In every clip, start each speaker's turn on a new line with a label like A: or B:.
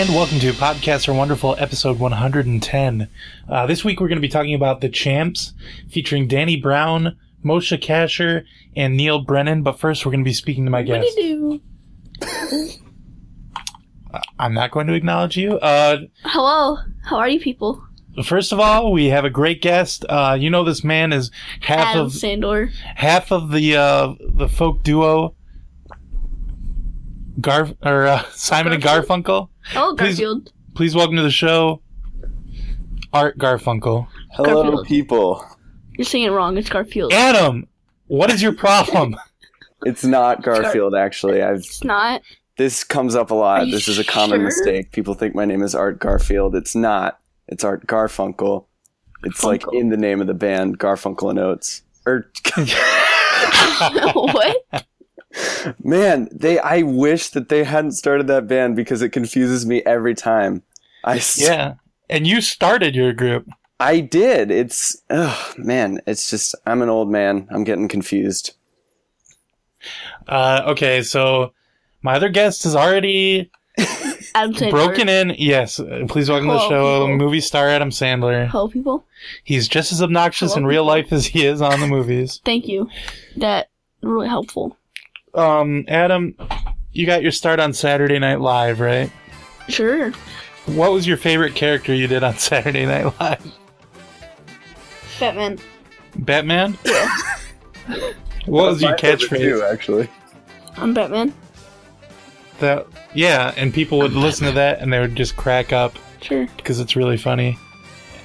A: and welcome to Podcasts Are Wonderful, episode 110. Uh, this week we're going to be talking about The Champs, featuring Danny Brown, Moshe Kasher, and Neil Brennan. But first, we're going to be speaking to my guest.
B: do?
A: I'm not going to acknowledge you. Uh,
B: Hello. How are you people?
A: first of all, we have a great guest. Uh, you know this man is half
B: Adam
A: of
B: Sandor.
A: half of the uh, the folk duo Garf or uh, Simon and Garfunkel.
B: Oh,
A: Please-
B: Garfield.
A: Please welcome to the show Art Garfunkel.
C: Hello,
B: Garfield.
C: people.
B: You're saying it wrong. It's Garfield.
A: Adam, what is your problem?
C: It's not Garfield, actually. I've
B: It's not.
C: this comes up a
B: Are
C: lot.
B: you
C: This is a common
B: sure?
C: mistake. People think my name is Art Garfield. It's not. It's Art Garfunkel. It's like
B: Funkel.
C: in the name of the band, Garfunkel and Oates. Er, Or
B: what?
C: man, they. I wish that they hadn't started that band because it confuses me every time. I s-
A: yeah. And you started your group.
C: I did. It's ugh, man. It's just I'm an old man. I'm getting confused.
A: Uh, okay, so my other guest is already
B: Adam Sandor.
A: broken in. Yes, uh, please welcome to the
B: Hello,
A: show
B: people.
A: movie star Adam Sandler.
B: Hello, people.
A: He's just as obnoxious
B: Hello,
A: in real
B: people.
A: life as he is on the movies.
B: Thank you. That really helpful.
A: Um, Adam, you got your start on Saturday Night Live, right?
B: Sure.
A: What was your favorite character you did on Saturday Night Live?
B: Batman.
A: Batman? what was your
C: My favorite too,
A: catchphrase?
C: Actually,
B: I'm Batman.
A: That, yeah, and people would listen to that and they would just crack up.
B: Sure.
A: because it's really funny.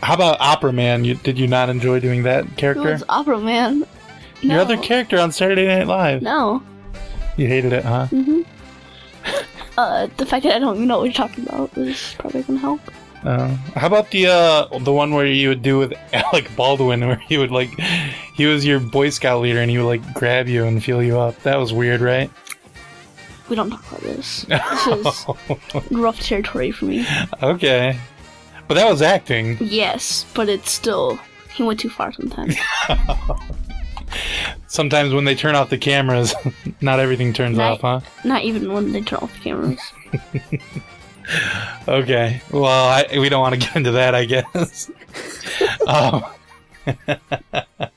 A: How about Opera Man? You, did you not enjoy doing that
B: Who
A: character?
B: was Opera Man? No.
A: Your other character on Saturday Night Live.
B: No.
A: You hated it, huh?
B: Mm-hmm. Uh, the fact that I don't even know what you're talking about is probably gonna help.
A: Uh, how about the uh, the one where you would do with Alec Baldwin, where he would like, he was your Boy Scout leader and he would like grab you and feel you up. That was weird, right?
B: We don't talk about this. This is rough territory for me.
A: okay, but that was acting.
B: Yes, but it's still he went too far sometimes.
A: Sometimes when they turn off the cameras, not everything turns
B: Right.
A: off, huh?
B: Not even when they turn off the cameras.
A: Okay. Well, I, we don't want to get into that, I guess. um,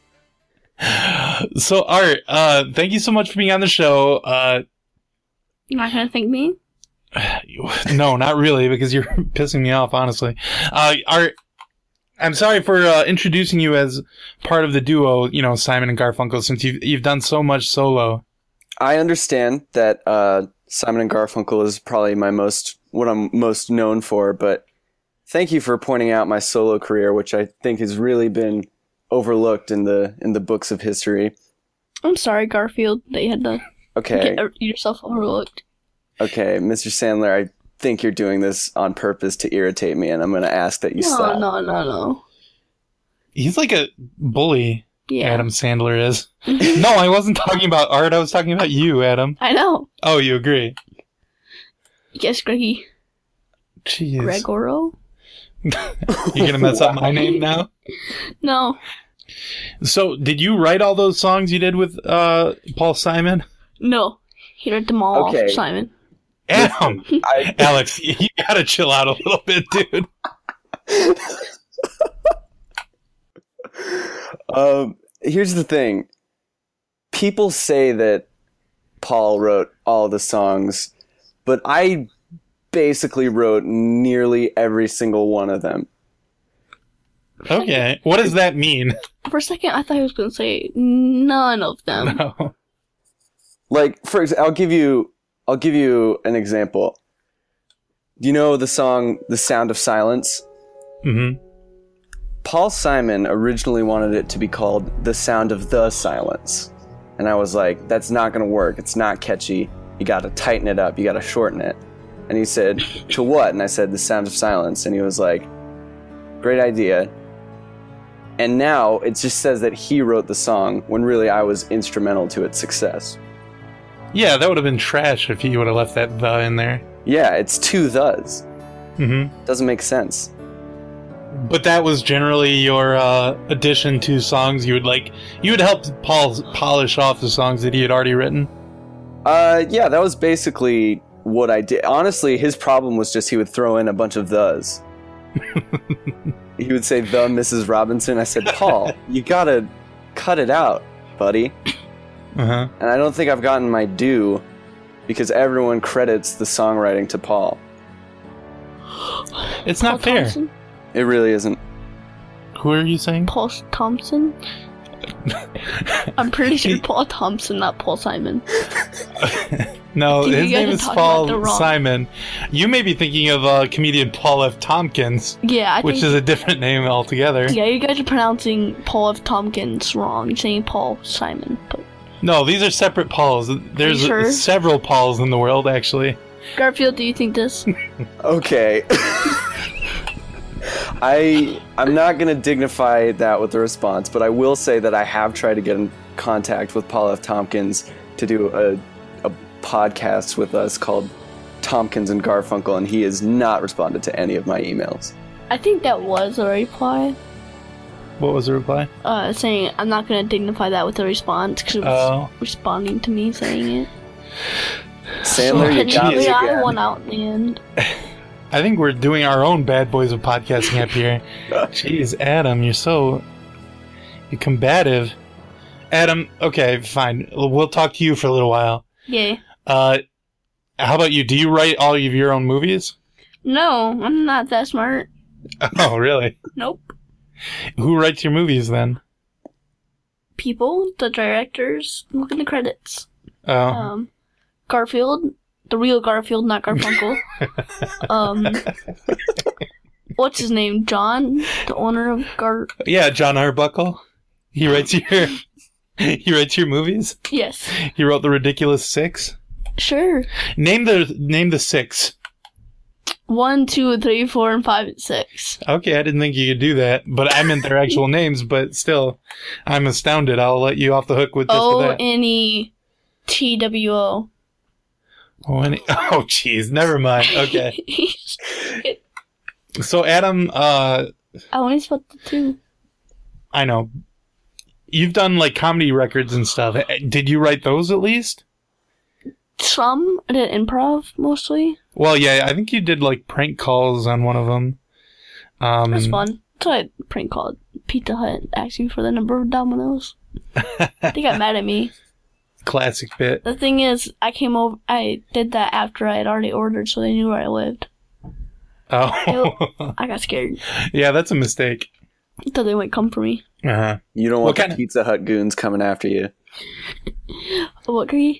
A: so, Art, uh, thank you so much for being on the show. Uh,
B: You're not gonna thank me?
A: no, not really, because you're pissing me off, honestly. Uh, Art, I'm sorry for uh, introducing you as part of the duo, you know, Simon and Garfunkel, since you've you've done so much solo.
C: I understand that uh, Simon and Garfunkel is probably my most what I'm most known for, but thank you for pointing out my solo career, which I think has really been overlooked in the in the books of history.
B: I'm sorry, Garfield, that you had to
C: Okay,
B: get uh, yourself overlooked.
C: okay, Mr. Sandler, I think you're doing this on purpose to irritate me, and I'm going to ask that you
B: no,
C: stop.
B: no, no, no.
A: He's like a bully,
B: Yeah.
A: Adam Sandler is. no, I wasn't talking about Art. I was talking about you, Adam.
B: I know.
A: Oh, you agree?
B: Yes, Greggy.
A: Jeez.
B: Gregoro?
A: You're gonna mess up my name now.
B: No.
A: So, did you write all those songs you did with uh, Paul Simon?
B: No. He read them all
C: Okay.
B: off, Simon.
A: Adam,
C: I,
A: Alex, you gotta chill out a little bit, dude.
C: um, here's the thing. People say that Paul wrote all the songs, but I basically wrote nearly every single one of them.
A: Okay, what does that mean?
B: For a second, I thought he was gonna say none of them.
A: No.
C: Like for example, I'll give you I'll give you an example. You know the song The Sound of Silence?
A: hmm
C: Paul Simon originally wanted it to be called The Sound of the Silence. And I was like, that's not going to work. It's not catchy. You got to tighten it up. You got to shorten it. And he said, to what? And I said, The Sound of Silence. And he was like, great idea. And now it just says that he wrote the song when really I was instrumental to its success.
A: Yeah, that would have been trash if you would have left that the in there.
C: Yeah, it's two thes.
A: hmm
C: Doesn't make sense.
A: But that was generally your uh, addition to songs you would like. You would help Paul polish off the songs that he had already written.
C: Uh, yeah, that was basically what I did. Honestly, his problem was just he would throw in a bunch of thes. he would say the Mrs. Robinson. I said, Paul, you gotta cut it out, buddy.
A: Uh-huh.
C: And I don't think I've gotten my due because everyone credits the songwriting to Paul.
A: It's not
B: Paul
A: fair.
B: Thompson?
C: It really isn't.
A: Who are you saying?
B: Paul S- Thompson? I'm pretty sure Paul Thompson, not Paul Simon.
A: No,
B: You
A: his
B: guys
A: name
B: are
A: is
B: talking about the
A: Paul
B: wrong-
A: Simon. You may be thinking of uh, comedian Paul F. Tompkins,
B: Yeah, I
A: which
B: think.
A: is a different name altogether.
B: yeah, you guys are pronouncing Paul F. Tompkins wrong. You're saying Paul Simon, but
A: No, these are separate Pauls. There's
B: you sure?
A: several Pauls in the world, actually.
B: Garfield, do you think this?
C: Okay. I I'm not gonna dignify that with a response, but I will say that I have tried to get in contact with Paul F. Tompkins to do a a podcast with us called Tompkins and Garfunkel, and he has not responded to any of my emails.
B: I think that was a reply.
A: What was the reply?
B: Uh, saying I'm not gonna dignify that with a response because it was
A: Oh,
B: responding to me saying it.
C: Sandler, you got me
B: Technically, I
C: Oh, again.
B: won out in the end.
A: I think we're doing our own bad boys of podcasting up here. Jeez, Adam, you're so you're combative. Adam, okay, fine. We'll talk to you for a little while.
B: Yay.
A: Uh, how about you? Do you write all of your own movies?
B: No, I'm not that smart.
A: Oh, really?
B: Nope.
A: Who writes your movies then?
B: People, the directors, look in the credits.
A: Oh,
B: Um, Garfield, the real Garfield, not Garfunkel. um, what's his name? John, the owner of Gar.
A: yeah, John Arbuckle. He writes your he writes your movies.
B: Yes,
A: He wrote the ridiculous six.
B: sure.
A: Name the name the six.
B: One, two, three, four, and five, and six.
A: Okay, I didn't think you could do that, but I meant their actual names. But still, I'm astounded. I'll let you off the hook with just
B: O
A: that.
B: N E T W O.
A: Oh, and- oh, jeez, never mind. Okay, so Adam, uh,
B: I only spelled the two.
A: I know you've done like comedy records and stuff. Eh, Did you write those at least?
B: Some I did improv mostly.
A: Well, yeah, I think you did like prank calls on one of them. Um,
B: It was fun. So I prank called Pizza Hut asking for the number of Dominoes. they got mad at me.
A: Classic bit.
B: The thing is, I came over. I did that after I had already ordered, so they knew where I lived.
A: Oh,
B: I got scared.
A: yeah, that's a mistake.
B: So they wouldn't come for me.
A: Uh huh.
C: You don't
A: What
C: want
A: kind
C: the
A: of-
C: Pizza Hut goons coming after you.
B: What can you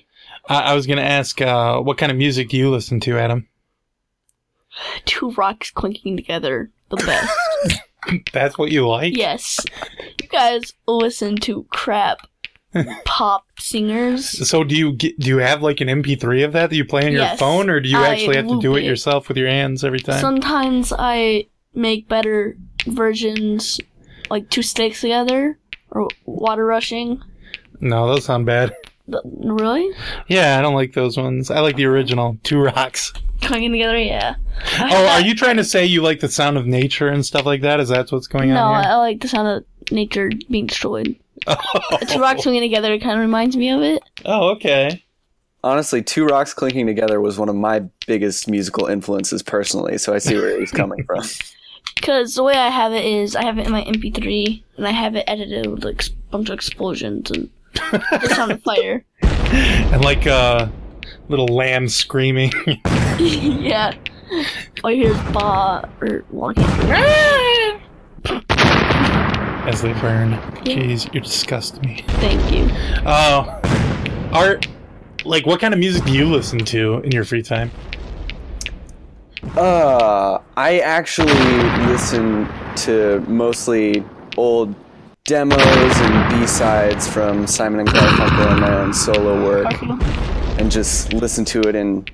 A: I-, I was gonna ask, uh, what kind of music do you listen to, Adam?
B: Two rocks clinking together. The best.
A: That's what you like?
B: yes. You guys listen to crap pop singers.
A: So do you get, do you have like an MP3 of that that you play on your
B: Yes.
A: phone, or do you
B: I
A: actually have to do
B: loop
A: it
B: it.
A: yourself with your hands every time?
B: Sometimes I make better versions, like two sticks together or water rushing.
A: no, those sound bad.
B: Th- Really?
A: Yeah, I don't like those ones. I like the original Two Rocks.
B: Clinking together? Yeah.
A: Oh, are you trying to say you like the sound of nature and stuff like that? Is that what's going
B: No,
A: on here?
B: I like the sound of nature being destroyed. Two rocks swinging together kind of reminds me of it.
A: Oh, okay.
C: Honestly, Two Rocks Clinking Together was one of my biggest musical influences personally, so I see where he's coming from.
B: Because the way I have it is, I have it in my MP3, and I have it edited with like a bunch of explosions and the sound of fire.
A: And like uh, little lamb screaming.
B: yeah. All you hear is ba or walking. Ah!
A: as they burn. Jeez, you disgust me.
B: Thank you.
A: Uh, art. Like, what kind of music do you listen to in your free time?
C: Uh, I actually listen to mostly old demos and B-sides from Simon and Garfunkel and my own solo work and just listen to it in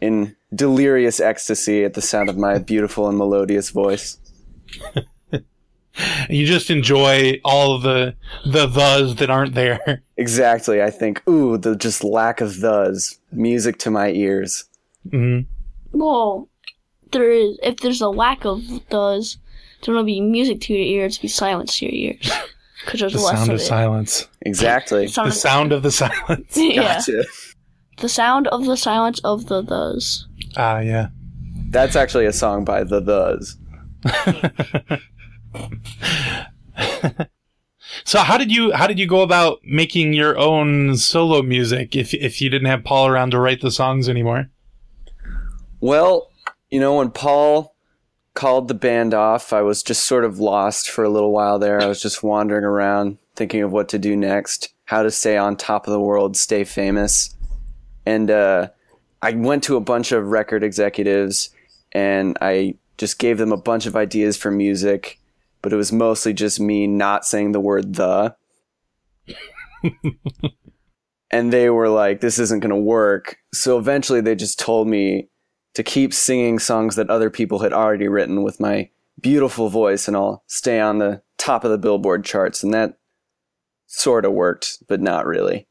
C: in delirious ecstasy at the sound of my beautiful and melodious voice.
A: You just enjoy all the the thes that aren't there.
C: Exactly. I think ooh, the just lack of thes music to my ears.
A: Mm.
B: Well, there is if there's a lack of those, there will be music to your ears, be silence to your ears, because there's
A: The
B: less
A: sound
B: of
A: of
B: it.
A: silence.
C: Exactly.
B: Sound
A: The
B: of-
A: sound of the silence.
B: yeah.
C: Gotcha.
B: The sound of the silence of the thes.
A: Ah, yeah.
C: That's actually a song by the Thes.
A: so how did you how did you go about making your own solo music if if you didn't have Paul around to write the songs anymore?
C: Well, you know, when Paul called the band off, I was just sort of lost for a little while there. I was just wandering around thinking of what to do next, how to stay on top of the world, stay famous. And uh, I went to a bunch of record executives and I just gave them a bunch of ideas for music, but it was mostly just me not saying the word the. and they were like, this isn't going to work. So eventually they just told me to keep singing songs that other people had already written with my beautiful voice and I'll stay on the top of the billboard charts and that sort of worked but not really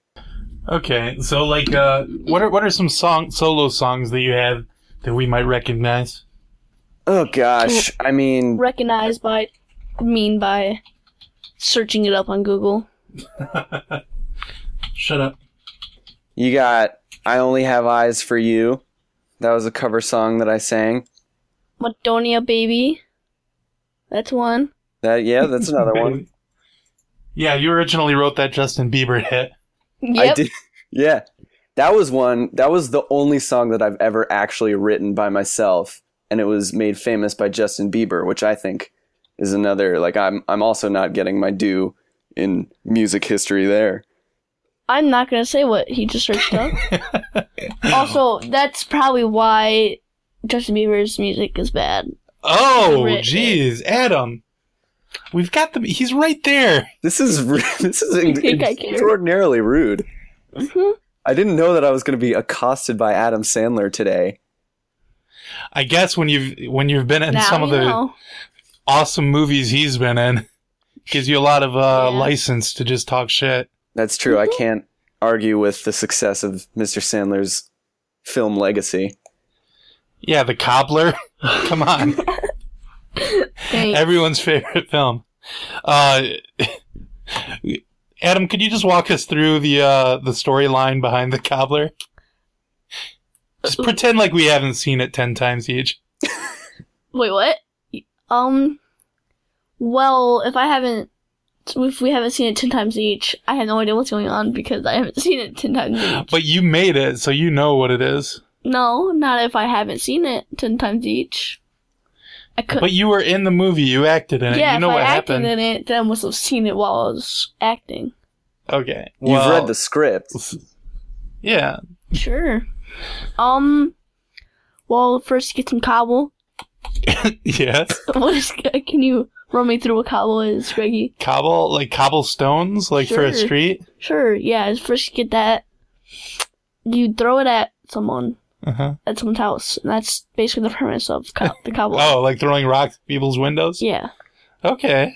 A: Okay, so like, uh, what are what are some song solo songs that you have that we might recognize?
C: oh gosh i mean
B: Recognized by, mean by, searching it up on Google.
A: Shut up.
C: you got i only have eyes for you that was a cover song that i sang
B: Madonia baby. That's one.
C: that yeah that's another one
A: Yeah, you originally wrote that Justin Bieber hit.
B: Yep.
C: i did yeah that was one that was the only song that i've ever actually written by myself and it was made famous by justin bieber which i think is another like i'm i'm also not getting my due in music history there
B: I'm not gonna say what he just searched up. also, that's probably why Justin Bieber's music is bad.
A: Oh,
B: Rick.
A: jeez, Adam, we've got the he's right there.
C: This is r- this is in-
B: think I care?
C: extraordinarily rude.
B: Mhm.
C: I didn't know that I was going to be accosted by Adam Sandler today.
A: I guess when you've when you've been in
B: now
A: some of
B: you
A: the
B: know.
A: awesome movies he's been in, gives you a lot of uh,
B: Yeah.
A: license to just talk shit.
C: That's true.
B: Mm-hmm.
C: I can't argue with the success of Mr. Sandler's film legacy.
A: Yeah, the cobbler. Come on,
B: Dang.
A: everyone's favorite film. Uh, Adam, could you just walk us through the uh, the storyline behind the cobbler?
B: Uh,
A: Just pretend like we haven't seen it ten times each.
B: Wait, what? Um. Well, if I haven't, if we haven't seen it ten times each, I have no idea what's going on because I haven't seen it ten times each.
A: But you made it, so you know what it is.
B: No, not if I haven't seen it ten times each. I could.
A: But you were in the movie. You acted in it.
B: yeah,
A: you know
B: if
A: what
B: I acted
A: happened.
B: in it, then I must have seen it while I was acting.
A: Okay.
C: You've
A: well,
C: read the script.
A: Yeah.
B: Sure. Um. Well, first get some cobble.
A: yes.
B: What is? Can you run me through what cobble is, Greggy?
A: Cobble like cobblestones, like for a
B: Sure.
A: street.
B: Sure. Yeah. First get that. You throw it at someone.
A: Uh huh.
B: at someone's house. And that's basically the premise of co- the cowboy.
A: Oh, like throwing rocks at people's windows?
B: Yeah.
A: Okay.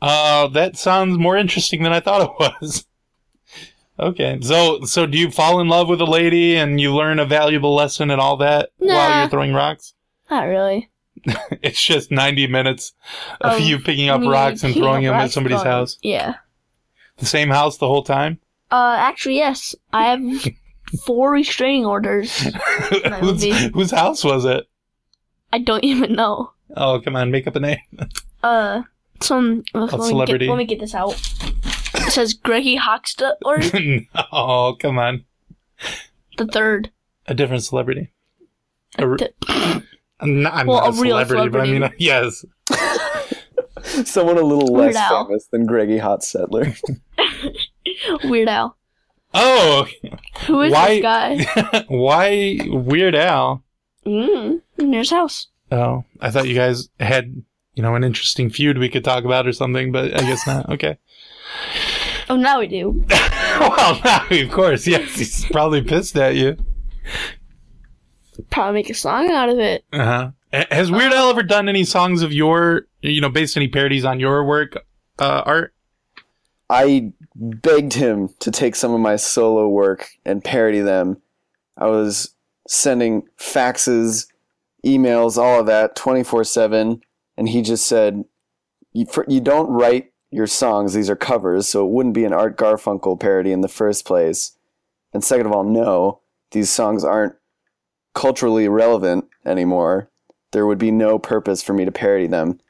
A: Uh that sounds more interesting than I thought it was. Okay. So so do you fall in love with a lady and you learn a valuable lesson and all that while
B: Nah.
A: you're throwing rocks?
B: Not really.
A: It's just 90 minutes of
B: Of
A: you picking up
B: Me
A: rocks and
B: Um, picking
A: throwing
B: up
A: them at
B: rocks,
A: somebody's
B: throwing-
A: house.
B: Yeah.
A: The same house the whole time?
B: Uh, actually, yes. I have four restraining orders. That would
A: Whose
B: be-
A: whose house was it?
B: I don't even know.
A: Oh, come on, make up a name.
B: Uh, some. Let me,
A: celebrity.
B: Get, let me get this out. It says Greggy Hoxta or
A: oh, come on.
B: the third.
A: A different celebrity. A re-
B: Th-
A: I'm not, I'm
B: Well,
A: not
B: a
A: a,
B: real
A: celebrity, but I mean,
B: celebrity.
A: yes.
C: Someone a little
B: Weird
C: less
B: Al.
C: famous than Greggy Hot Settler.
B: Weird Al.
A: Oh,
B: Who is
A: Why-
B: this guy?
A: why Weird Al?
B: Mm, near his house.
A: Oh, I thought you guys had, you know, an interesting feud we could talk about or something, but I guess not. Okay.
B: Oh, now we do.
A: well, no, of course, yes. He's probably pissed at you.
B: Probably make a song out of it.
A: Uh huh. Has Weird Al ever done any songs of your, you know, based any parodies on your work, uh, art?
C: I begged him to take some of my solo work and parody them. I was sending faxes, emails, all of that 24 7. And he just said, you, for, you don't write your songs, these are covers, so it wouldn't be an Art Garfunkel parody in the first place. And second of all, no, these songs aren't culturally relevant anymore. There would be no purpose for me to parody them.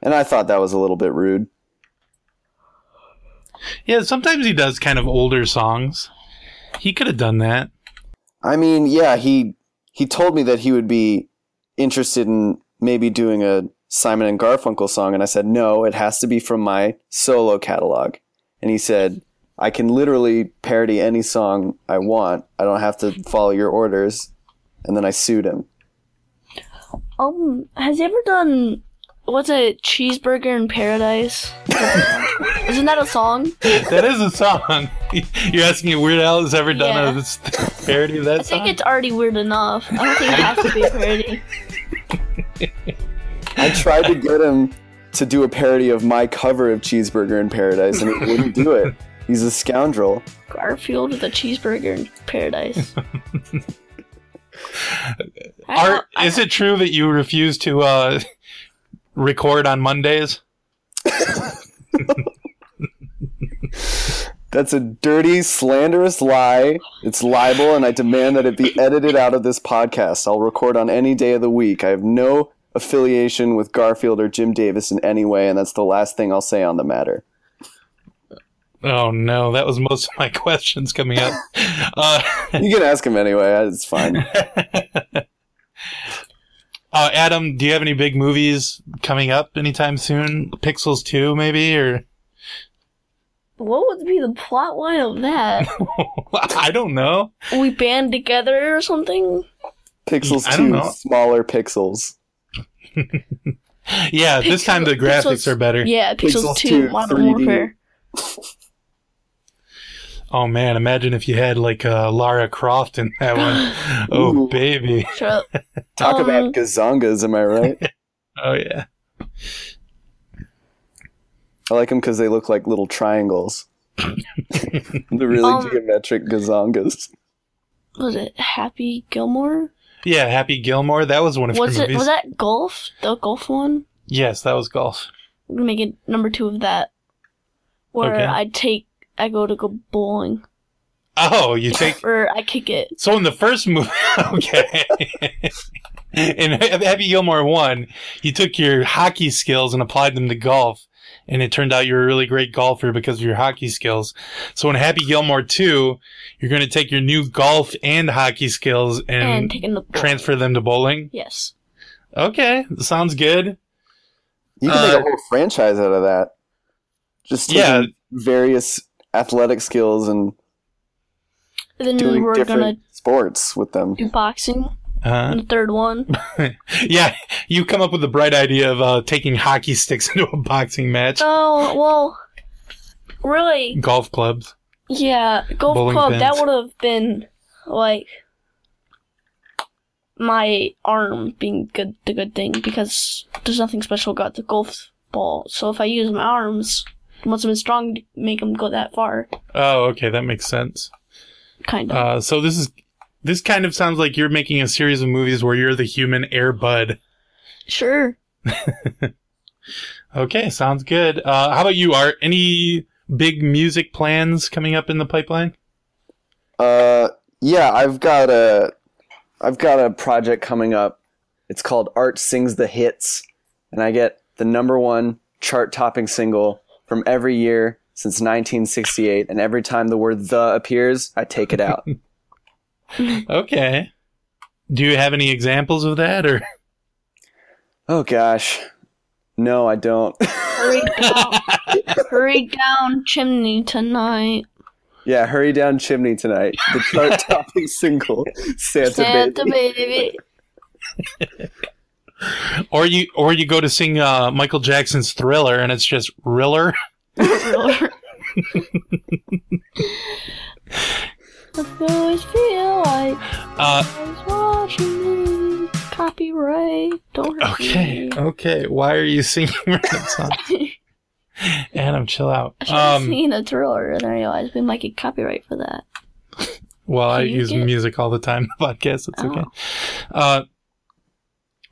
C: And I thought that was a little bit rude.
A: Yeah, sometimes he does kind of older songs. He could have done that.
C: I mean, yeah, he he told me that he would be interested in maybe doing a Simon and Garfunkel song, and I said no, it has to be from my solo catalog. And he said, I can literally parody any song I want. I don't have to follow your orders. And then I sued him.
B: Um, has he ever done what's a cheeseburger in paradise? Isn't that a song?
A: That is a song. You're asking if Weird Al has ever done a s- parody of that
B: I think
A: song?
B: it's already weird enough. I don't think it has to be a parody.
C: I tried to get him to do a parody of my cover of Cheeseburger in Paradise, and he wouldn't do it. He's a scoundrel.
B: Garfield with a cheeseburger in paradise. I
A: Are,
B: don't- I
A: is it true that you refuse to uh, record on Mondays?
C: That's a dirty, slanderous lie. It's libel, and I demand that it be edited out of this podcast. I'll record on any day of the week. I have no affiliation with Garfield or Jim Davis in any way, and that's the last thing I'll say on the matter.
A: Oh no, that was most of my questions coming up. uh,
C: You can ask him anyway. It's fine.
A: uh, Adam, do you have any big movies coming up anytime soon? Pixels two, maybe, or
B: What would be the plot line of that?
A: I don't know.
B: we band together or something?
C: Pixels
A: I don't
C: 2,
A: know.
C: smaller pixels.
A: Yeah, this
B: Pixel-
A: time the graphics
B: Pixels-
A: are better.
B: Yeah, Pixels,
C: Pixels
B: 2,
C: 2,
B: Modern
C: 3D.
B: Warfare.
A: Oh man, imagine if you had like uh, Lara Croft in that one. oh
C: Ooh.
A: baby.
B: So,
C: Talk
B: Um,
C: about gazongas, am I right?
A: Oh yeah.
C: I like them because they look like little triangles. the really
B: Um,
C: geometric gazongas.
B: was it Happy Gilmore?
A: Yeah, Happy Gilmore. That was one of
B: Was
A: your
B: it
A: movies.
B: was that golf? The golf one?
A: yes, that was golf.
B: I'm gonna make it number two of that. Where
A: Okay.
B: I take I go to go bowling.
A: Oh, you take
B: or I kick it.
A: So in the first movie, okay, in Happy Gilmore one, you took your hockey skills and applied them to golf, and it turned out you were a really great golfer because of your hockey skills. So in Happy Gilmore two, you're going to take your new golf and hockey skills
B: And,
A: and,
B: taking the bowling.
A: transfer them to bowling.
B: Yes.
A: Okay, sounds good.
C: You can make
A: uh,
C: a whole franchise out of that. Just taking
A: Yeah.
C: various athletic skills and
B: Then
C: doing
B: we're
C: different
B: gonna
C: sports with them.
B: do boxing.
A: Uh,
B: And the third one.
A: yeah, you come up with the bright idea of uh, taking hockey sticks into a boxing match,
B: Oh well, really?
A: golf clubs.
B: Yeah, golf
A: Bowling
B: club. That
A: pins.
B: would have been like my arm being good, the good thing because there's nothing special about the golf ball. So if I use my arms, once I'm strong, to make them go that far,
A: Oh, okay, that makes sense.
B: kind of.
A: Uh, so this is this kind of sounds like you're making a series of movies where you're the human Air Bud.
B: sure.
A: Okay, sounds good. Uh, how about you, Art? Any big music plans coming up in the pipeline?
C: Uh, yeah, I've got a, I've got a project coming up. It's called Art Sings the Hits, and I get the number one chart-topping single from every year since 1968. And every time the word "the" appears, I take it out.
A: Okay. Do you have any examples of that, or
C: oh gosh, no, I don't.
B: Hurry down, hurry down chimney tonight.
C: yeah, hurry down chimney tonight. The chart-topping single, Santa,
B: Santa
C: Baby.
B: baby.
A: or you or you go to sing uh, Michael Jackson's Thriller and it's just Riller?
B: I always feel like
A: Uh,
B: Eyes watching me. Copyright. Don't hurt
A: okay,
B: me.
A: okay. Why are you singing that song, Adam? Chill out.
B: I should have
A: Um,
B: seen a thriller and I realized we might get copyright for that.
A: well, I
B: Can you
A: use
B: get-
A: music all the time. The podcast. It's
B: Oh.
A: okay. Uh,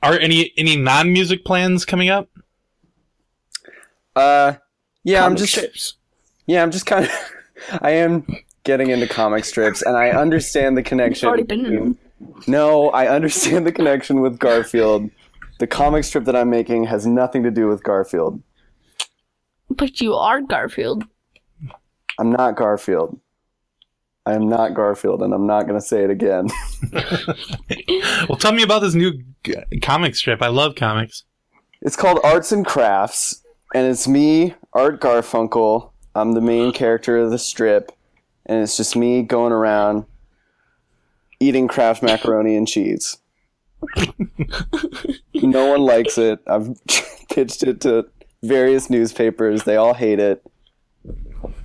A: are any any non music plans coming up?
C: Uh, yeah, I'm
B: Comic
C: just
B: strips.
C: Yeah, I'm just kind of. I am getting into comic strips, and I understand the
B: It's already
C: connection.
B: been in them.
C: No, I understand the connection with Garfield. The comic strip that I'm making has nothing to do with Garfield.
B: But you are Garfield.
C: I'm not Garfield. I am not Garfield, and I'm not going to say it again.
A: Well, tell me about this new g- comic strip. I love comics.
C: It's called Arts and Crafts, and it's me, Art Garfunkel. I'm the main character of the strip, and it's just me going around eating Kraft macaroni and cheese. no one likes it. I've pitched it to various newspapers, they all hate it.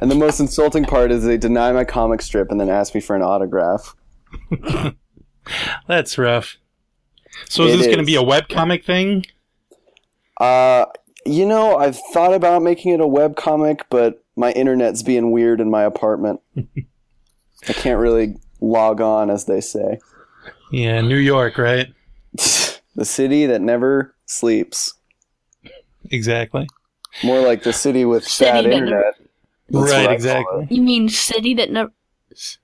C: And the most insulting part is they deny my comic strip and then ask me for an autograph.
A: That's rough. So is
C: It
A: this going to
C: is.
A: be a webcomic thing?
C: Uh, you know, I've thought about making it a webcomic, but my internet's being weird in my apartment. I can't really log on, as they say.
A: Yeah, New York, right?
C: the city that never sleeps.
A: Exactly.
C: More like the city with
B: City
C: bad
B: that
C: internet. That's what I
A: right,
C: call
A: exactly.
C: it.
B: You mean city that never. s-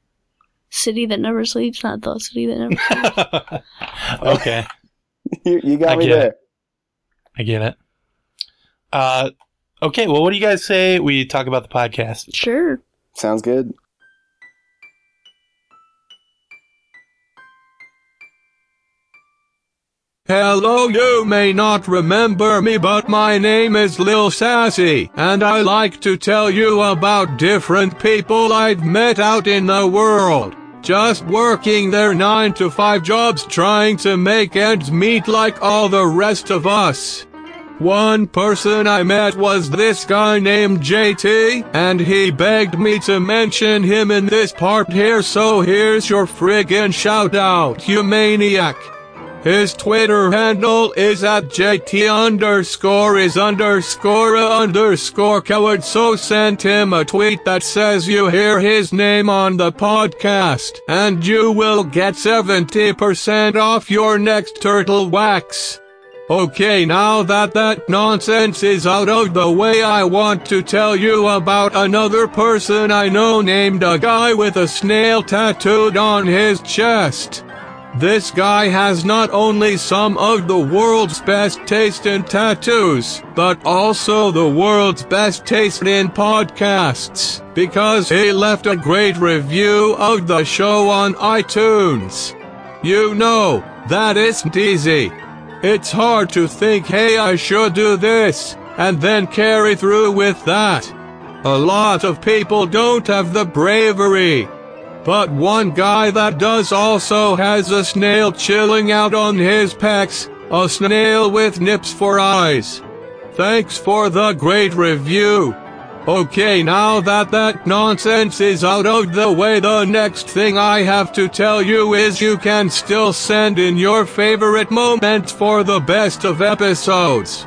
B: City that never sleeps, not the city that never.
A: okay,
C: You, you got
A: I
C: me
A: get it.
C: there.
A: I get it. Uh, okay, well, what do you guys say we talk about the podcast?
B: sure.
C: Sounds good.
D: Hello, you may not remember me, but my name is Lil Sassy, and I like to tell you about different people I've met out in the world. Just working their 9 to 5 jobs trying to make ends meet like all the rest of us. One person I met was this guy named JT, and he begged me to mention him in this part here, so here's your friggin' shout out, you maniac. His Twitter handle is at JT underscore is underscore a underscore coward. So send him a tweet that says you hear his name on the podcast and you will get 70% off your next turtle wax. Okay, now that that nonsense is out of the way, I want to tell you about another person I know named a guy with a snail tattooed on his chest. This guy has not only some of the world's best taste in tattoos, but also the world's best taste in podcasts, because he left a great review of the show on iTunes. You know, that isn't easy. It's hard to think, hey, I should do this, and then carry through with that. A lot of people don't have the bravery. But one guy that does also has a snail chilling out on his pecs, a snail with nips for eyes. Thanks for the great review. Okay, now that that nonsense is out of the way, the next thing I have to tell you is you can still send in your favorite moments for the best of episodes.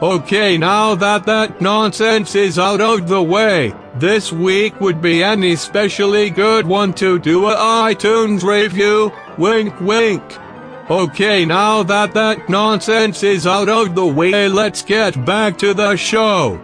D: Okay, now that that nonsense is out of the way, this week would be an especially good one to do a iTunes review. Wink, wink. Okay, now that that nonsense is out of the way, let's get back to the show.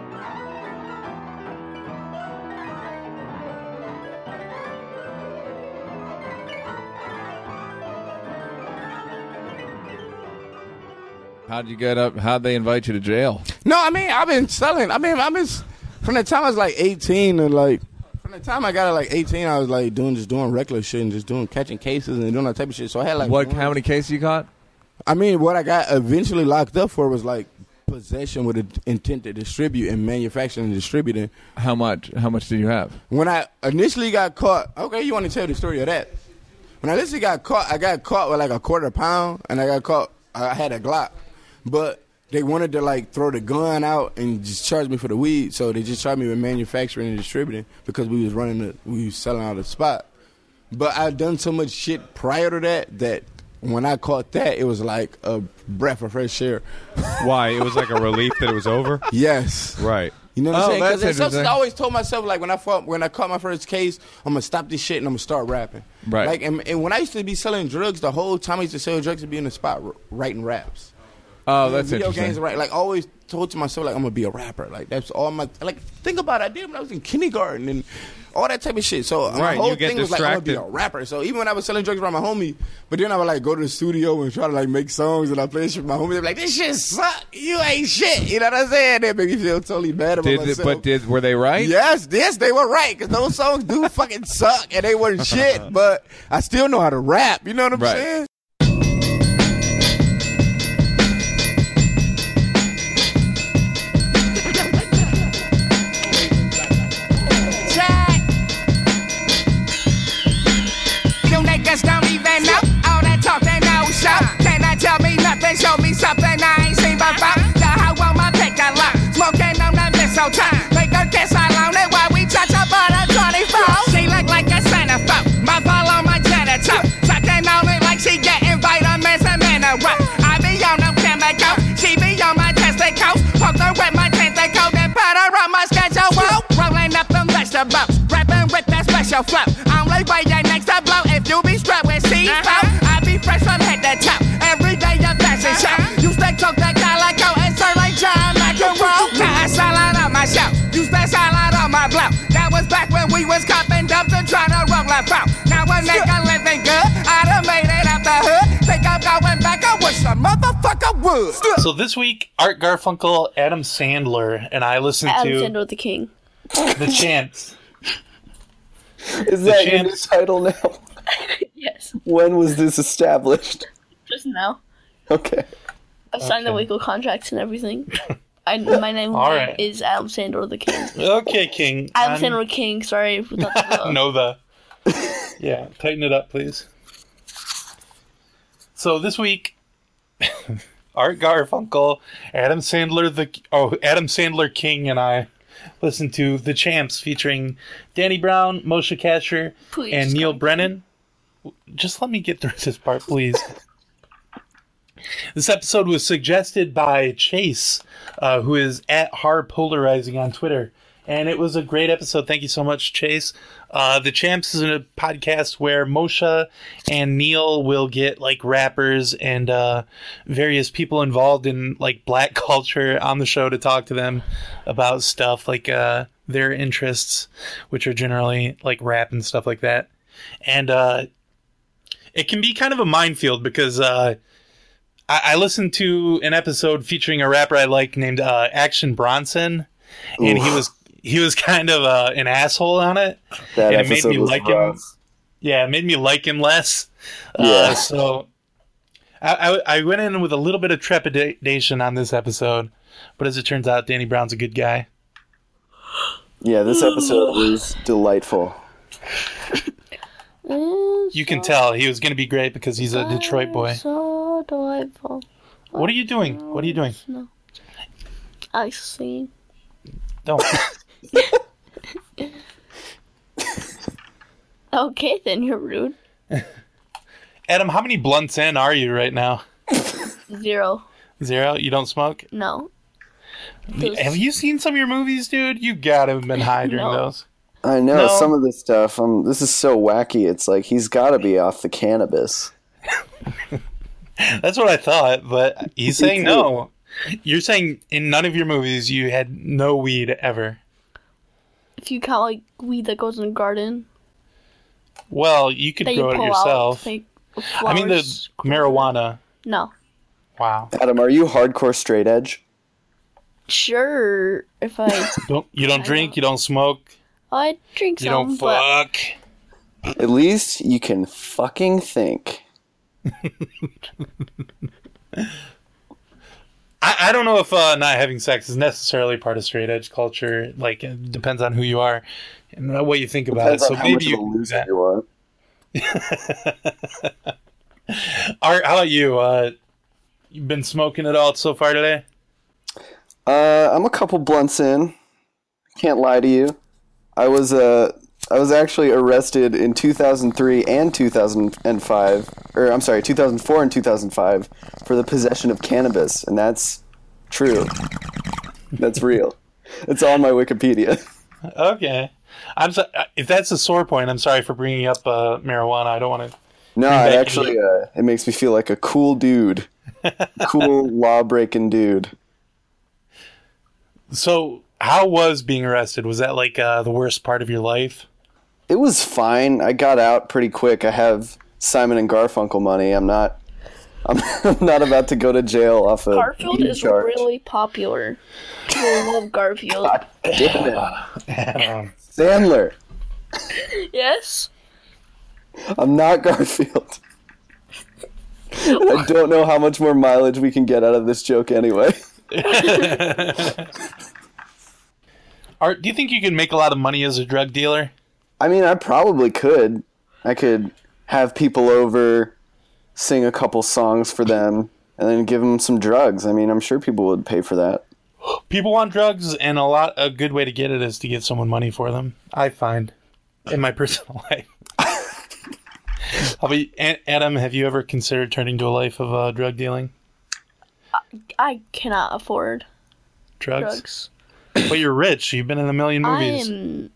E: How'd you get up? How'd they invite you to jail?
F: No, I mean I've been selling. I mean I've been s- from the time I was like 18 and like from the time I got like 18, I was like doing just doing reckless shit and just doing catching cases and doing that type of shit. So I had like
E: What?
F: one-
E: How many cases you caught?
F: I mean, what I got eventually locked up for was like possession with the intent to distribute and manufacturing and distributing.
E: How much? How much did you have?
F: When I initially got caught, okay, you want to tell the story of that? When I initially got caught, I got caught with like a quarter pound, and I got caught. I had a Glock, but they wanted to like throw the gun out and just charge me for the weed, so they just charged me with manufacturing and distributing because we was running the we was selling out of spot. But I done so much shit prior to that that when I caught that, it was like a breath of fresh air.
G: Why? It was like a relief that it was over.
F: Yes.
G: Right.
F: You know what
E: Oh,
F: I'm saying?
E: that's
F: Because it's something I
E: interesting.
F: always told myself, like when I fought, when I caught my first case, I'm gonna stop this shit and I'm gonna start rapping.
E: Right.
F: Like, and, and when I used to be selling drugs, the whole time I used to sell drugs, to be in the spot r- writing raps.
E: Oh, that's
F: video
E: interesting.
F: games, right? Like I always told to myself, like I'm gonna be a rapper. Like that's all my like. Think about it. I did it when I was in kindergarten and all that type of shit. So my
G: Right,
F: whole
G: you get
F: thing was like I'm gonna be a
G: distracted.
F: rapper. So even when I was selling drugs around my homie, but then I would like go to the studio and try to like make songs and I play shit with my homie. They'd be like, this shit suck. You ain't shit. You know what I'm saying? That made me feel totally bad about
E: Did it-
F: myself.
E: but did were they right?
F: Yes, yes, they were right because those songs do fucking suck and they weren't shit. But I still know how to rap. You know what I'm
E: Right.
F: saying?
H: Jack. Them niggas don't even know all that talk they know. So can I tell me nothing? Show me something I ain't seen before. The hoe on my picket lock, smoking on the mistletoe. Make her kiss alone it while we touch up on a 24. She look like a centerfold, my ball on my janitor. Sucking on it like she getting vitamins and minerals. I be on them chemicals, she be on my testicles. Poke her with my tentacles and put her on my schedule. Rolling up them vegetables, rapping with that special flow. Only way your next to blow if you be strapped with C4. I be fresh from head to toe, every day a fashion show. You stay talk that calico and serve like John McEnroe. Now I salad on my show, you stay salad on my blow. That was back when we was copping dumps and trying to roll our phone. Now a nigga living good, I done made it out the hood. Think I'm going back, I wish a motherfucker would.
A: So this week, Art Garfunkel, Adam Sandler, and I listened
B: Adam
A: to
B: Sandler with the King.
A: The Chance.
C: Is that your new
A: chance-
C: title now?
B: Yes,
C: when was this established?
B: just now.
C: Okay.
B: I've signed the legal contracts and everything. I, my name
A: All right.
B: is Adam Sandler the King.
A: Okay, King.
B: Adam
A: I'm-
B: Sandler King. Sorry, without the O.
A: No, the. Yeah, tighten it up, please. So this week, Art Garfunkel, Adam Sandler, the oh Adam Sandler King, and I listened to The Champs featuring Danny Brown, Moshe Kasher,
B: Please
A: and
B: just
A: Neil
B: go.
A: Brennan. Just let me get through this part, please. this episode was suggested by Chase, uh, who is at Har Polarizing on Twitter. And it was a great episode. Thank you so much, Chase. Uh, the Champs is a podcast where Moshe and Neil will get like rappers and uh, various people involved in like black culture on the show to talk to them about stuff like uh, their interests, which are generally like rap and stuff like that. And uh, it can be kind of a minefield because uh, I, I listened to an episode featuring a rapper I like named uh, Action Bronson, and he was he was kind of uh, an asshole on it.
C: That
A: And it made
C: episode
A: me
C: was
A: like him.
C: rough.
A: Yeah, it made me like him less.
C: Yeah.
A: Uh, so I, I I went in with a little bit of trepidation on this episode, but as it turns out, Danny Brown's a good guy.
C: Yeah, this episode was delightful.
A: You can tell he was going to be great because he's a Detroit boy.
B: So delightful.
A: What are you doing? What are you doing?
B: I see.
A: Don't.
B: Okay, then you're rude.
A: Adam, how many blunts in are you right now?
B: Zero.
A: Zero? You don't smoke?
B: No.
A: Have you seen some of your movies, dude? You gotta have been high during
B: No.
A: those.
C: I know
A: No.
C: some of this stuff. Um, this is so wacky. It's like he's got to be off the cannabis.
A: That's what I thought, but he's saying no. You're saying in none of your movies you had no weed ever.
B: If you count like weed that goes in the garden
A: Well, you could
B: that you
A: grow it
B: pull
A: yourself.
B: out, like
A: I
B: flowers.
A: mean, the marijuana.
B: no.
A: Wow.
C: Adam, are you hardcore straight edge?
B: Sure, if I
A: Don't you don't drink, you don't smoke,
B: I drink
A: you
B: some,
A: don't
B: but
A: fuck.
C: At least you can fucking think.
A: I, I don't know if uh, not having sex is necessarily part of straight edge culture. Like, it depends on who you are and what you think about
C: Depends
A: it. Uh, So
C: on how much
A: maybe
C: of
A: you
C: a
A: can do
C: loser
A: that.
C: you are.
A: Art, how about you? Uh, you've been smoking at all so far today?
C: Uh, I'm a couple blunts in. Can't lie to you. I was uh, I was actually arrested in 2003 and 2005, or I'm sorry, 2004 and 2005 for the possession of cannabis, and that's true. That's real. It's on my Wikipedia.
A: Okay. I'm so, if that's a sore point, I'm sorry for bringing up uh, marijuana. I don't want to
C: No,
A: Bring
C: it
A: back
C: actually uh, it makes me feel like a cool dude, cool law breaking dude.
A: So, how was being arrested? Was that like uh, the worst part of your life?
C: It was fine. I got out pretty quick. I have Simon and Garfunkel money. I'm not. I'm, I'm not about to go to jail off of
B: Garfield is
C: charge.
B: really popular. People love Garfield.
C: Damn it. Sandler.
B: Yes?
C: I'm not Garfield. I don't know how much more mileage we can get out of this joke anyway.
A: Art, do you think you can make a lot of money as a drug dealer?
C: I mean, I probably could. I could have people over, sing a couple songs for them, and then give them some drugs. I mean, I'm sure people would pay for that.
A: People want drugs, and a lot a good way to get it is to get someone money for them. I find in my personal life. I'll be A- Adam. Have you ever considered turning to a life of uh, drug dealing?
B: I cannot afford
A: Drugs?
B: drugs.
A: But you're rich. You've been in a million
B: I
A: movies.
B: am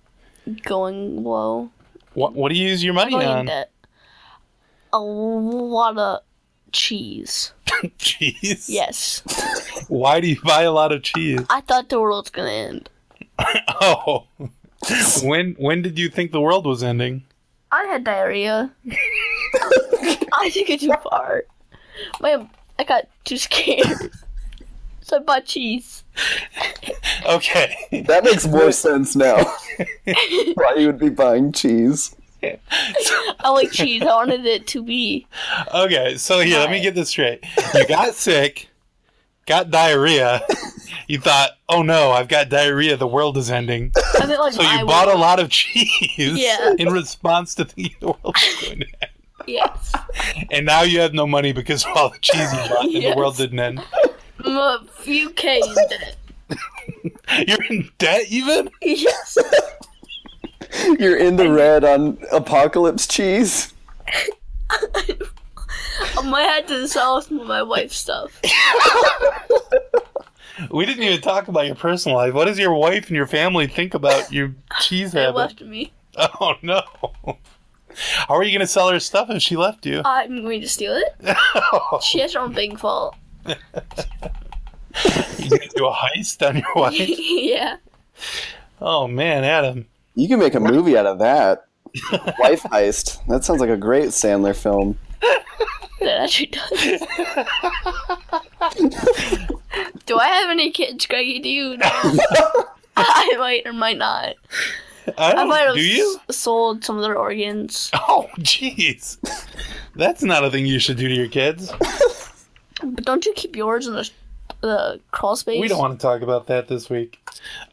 B: going low.
A: What, what do you use your money
B: Going in
A: on?
B: debt. A lot of cheese.
A: cheese.
B: Yes.
A: Why do you buy a lot of cheese?
B: I thought the world's gonna end.
A: Oh. when when did you think the world was ending?
B: I had diarrhea. I took it too far. My, I got too scared. so I bought cheese.
A: Okay.
C: That makes more sense now. Why you would be buying cheese?
B: I like cheese. I wanted it to be.
A: Okay, so here, let me
B: Right.
A: get this straight. You got sick, got diarrhea. You thought, "Oh no, I've got diarrhea. The world is ending."
B: I meant like
A: So you
B: I
A: bought
B: would.
A: a lot of cheese
B: Yeah.
A: in response to thinking the world was going to end.
B: Yes.
A: And now you have no money because of all the cheese you bought, and
B: Yes.
A: the world didn't end.
B: I'm a few K's debt.
A: You're in debt, even.
B: Yes.
C: You're in the red on apocalypse cheese.
B: I might have to sell some of my wife's stuff.
A: We didn't even talk about your personal life. What does your wife and your family think about your cheese
B: They
A: habit?
B: left me.
A: Oh no. How are you going to sell her stuff if she left you?
B: I'm going to steal it. She has her own big fault.
A: you going to do a heist on your wife?
B: yeah.
A: Oh man, Adam.
C: You can make a movie out of that. Life heist. That sounds like a great Sandler film.
B: That actually does. Do I have any kids, Greggy? Do you know? I might or might not.
A: I
B: I
A: don't,
B: might have
A: do you?
B: s- sold some of their organs.
A: Oh jeez. That's not a thing you should do to your kids.
B: But don't you keep yours in the, the crawl space?
A: We don't want to talk about that this week.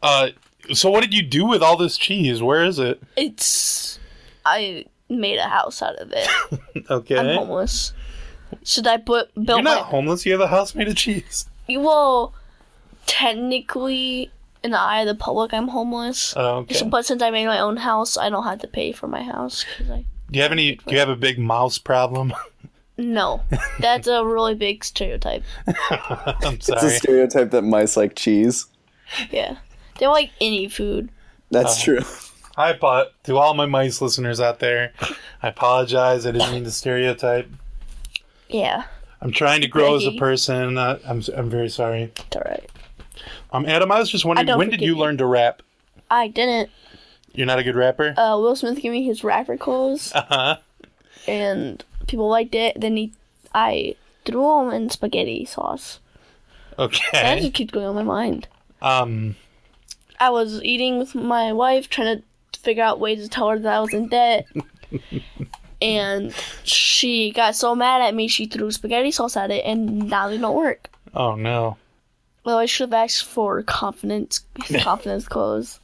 A: Uh so what did you do with all this cheese? Where is it?
B: It's. I made a house out of it.
A: Okay.
B: I'm homeless. Should I put built
A: You're not
B: my
A: homeless. You have a house made of cheese.
B: well? Technically, in the eye of the public, I'm homeless.
A: Oh, okay.
B: So- But since I made my own house, I don't have to pay for my house. 'cause I,
A: Do you have any? Do you have a big mouse problem?
B: no, that's a really big stereotype.
A: I'm
C: It's
A: sorry.
C: a stereotype that mice like cheese.
B: Yeah, they like any food.
C: That's true.
A: I apo- to all my mice listeners out there. I apologize. I didn't mean to stereotype.
B: Yeah,
A: I'm trying to grow as a
B: Greggy.
A: person. Uh, I'm I'm very sorry.
B: it's alright.
A: Um, Adam, I was just
B: I
A: wondering,
B: don't
A: when did
B: forgive
A: you
B: you.
A: learn to rap?
B: I didn't.
A: You're not a good rapper.
B: Uh, Will Smith gave me his rapper clothes,
A: Uh-huh.
B: and people liked it. Then he, I threw them in spaghetti sauce. That
A: Okay.
B: just keeps going on my mind.
A: Um.
B: I was eating with my wife, trying to figure out ways to tell her that I was in debt. and she got so mad at me, she threw spaghetti sauce at it, and now they don't work.
A: Oh no.
B: Well, I should have asked for confidence, confidence clothes.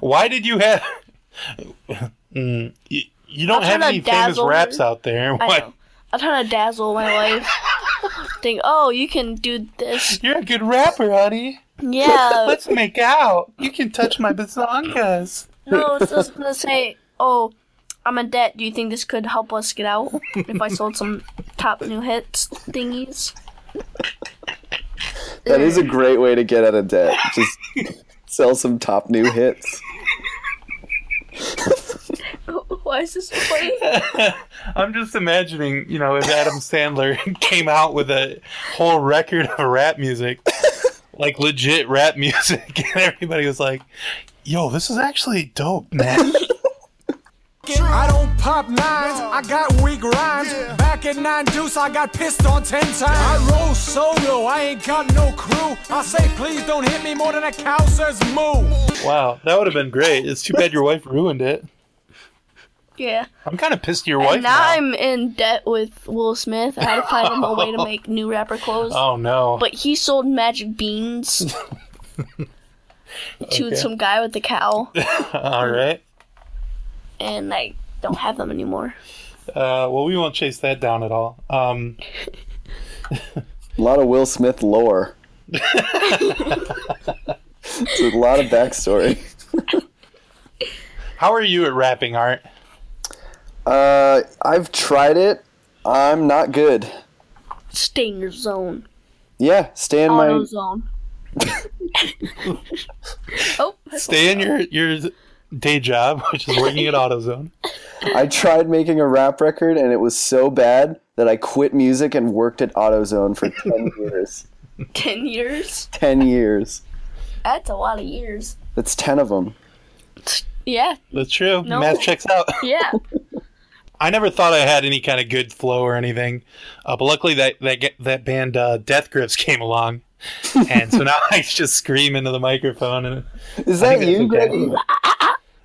A: Why did you have? Mm, you, you don't
B: I'm
A: have
B: trying
A: any
B: to
A: famous
B: dazzle
A: raps
B: her.
A: out there.
B: I
A: Why?
B: know. I'm trying to dazzle my wife. Think, oh, you can do this.
A: You're a good rapper, honey.
B: Yeah.
A: Let's make out. You can touch my bazongas.
B: no, it's just gonna say, oh, I'm in debt. Do you think this could help us get out? If I sold some top new hits thingies.
C: That is a great way to get out of debt. Just sell some top new hits.
B: Why is this so funny?
A: I'm just imagining, you know, if Adam Sandler came out with a whole record of rap music, like legit rap music, and everybody was like, "Yo, this is actually dope, man."
I: I don't pop nines, I got weak rhymes. Back at nine deuce, I got pissed on ten times. I roll solo, I ain't got no crew. I say, please don't hit me more than a cow says moo.
A: Wow, that would have been great. It's too bad your wife ruined it.
B: yeah.
A: I'm kind of pissed at your wife
B: now, I'm in debt with Will Smith. I had to find him a way to make new rapper clothes.
A: Oh no!
B: But he sold magic beans to
A: Okay.
B: some guy with a cow,
A: All right.
B: and I don't have them anymore.
A: Uh, well, we won't chase that down at all. Um,
C: A lot of Will Smith lore. it's a lot of backstory.
A: how are you at rapping, Art?
C: Uh, I've tried it. I'm not good.
B: Stay in your zone.
C: Yeah, stay in my.
B: AutoZone. oh, that's
A: Stay in your your day job, which is working at AutoZone.
C: I tried making a rap record and it was so bad that I quit music and worked at AutoZone for 10 years.
B: ten years.
C: 10 years.
B: That's a lot of years.
C: That's 10 of them.
B: Yeah,
A: That's true.
B: No.
A: Math checks out.
B: yeah.
A: I never thought I had any kind of good flow or anything, uh, but luckily that that ge- that band uh, Death Grips came along, and so now I just scream into the microphone. And
C: Is that you,
A: that's okay.
C: Greg?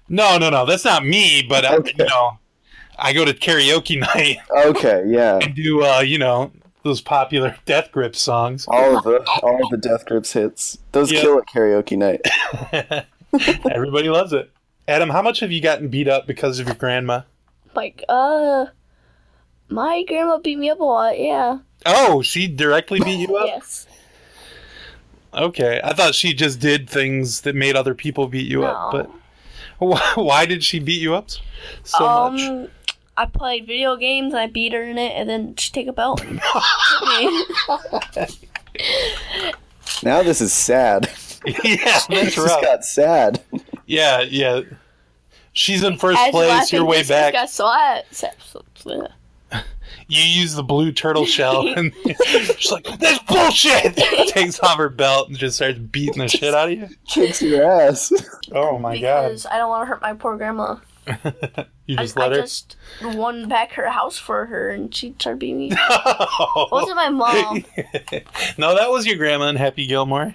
A: no, no, no, that's not me. But I, you know, I go to karaoke night
C: Okay, yeah.
A: and do uh, you know those popular Death Grips songs.
C: All of the all of the Death Grips hits. Those
A: Yeah.
C: kill at karaoke night.
A: Everybody loves it. Adam, how much have you gotten beat up because of your grandma?
B: Like, uh, my grandma beat me up a lot. Yeah.
A: Oh, she directly beat you up.
B: Yes.
A: Okay, I thought she just did things that made other people beat you up,
B: No.
A: but. Why, why did she beat you up so much?
B: um, I played video games and I beat her in it, and then she take a belt. and hit me.
C: Now this is sad.
A: yeah, that's
C: This just
A: rough.
C: got sad.
A: Yeah, yeah. She's in first
B: As
A: place.
B: laughing,
A: You're way
B: this
A: back.
B: Got slapped. So- so-
A: You use the blue turtle shell, and she's like, "That's bullshit." Takes off her belt and just starts beating the shit out of you.
C: Kicks your ass.
A: Oh my god!
B: Because I don't want to hurt my poor grandma.
A: You
B: I,
A: just let
B: I
A: her.
B: just won back her house for her, and she started beating me. It wasn't my mom.
A: no, that was your grandma in Happy Gilmore.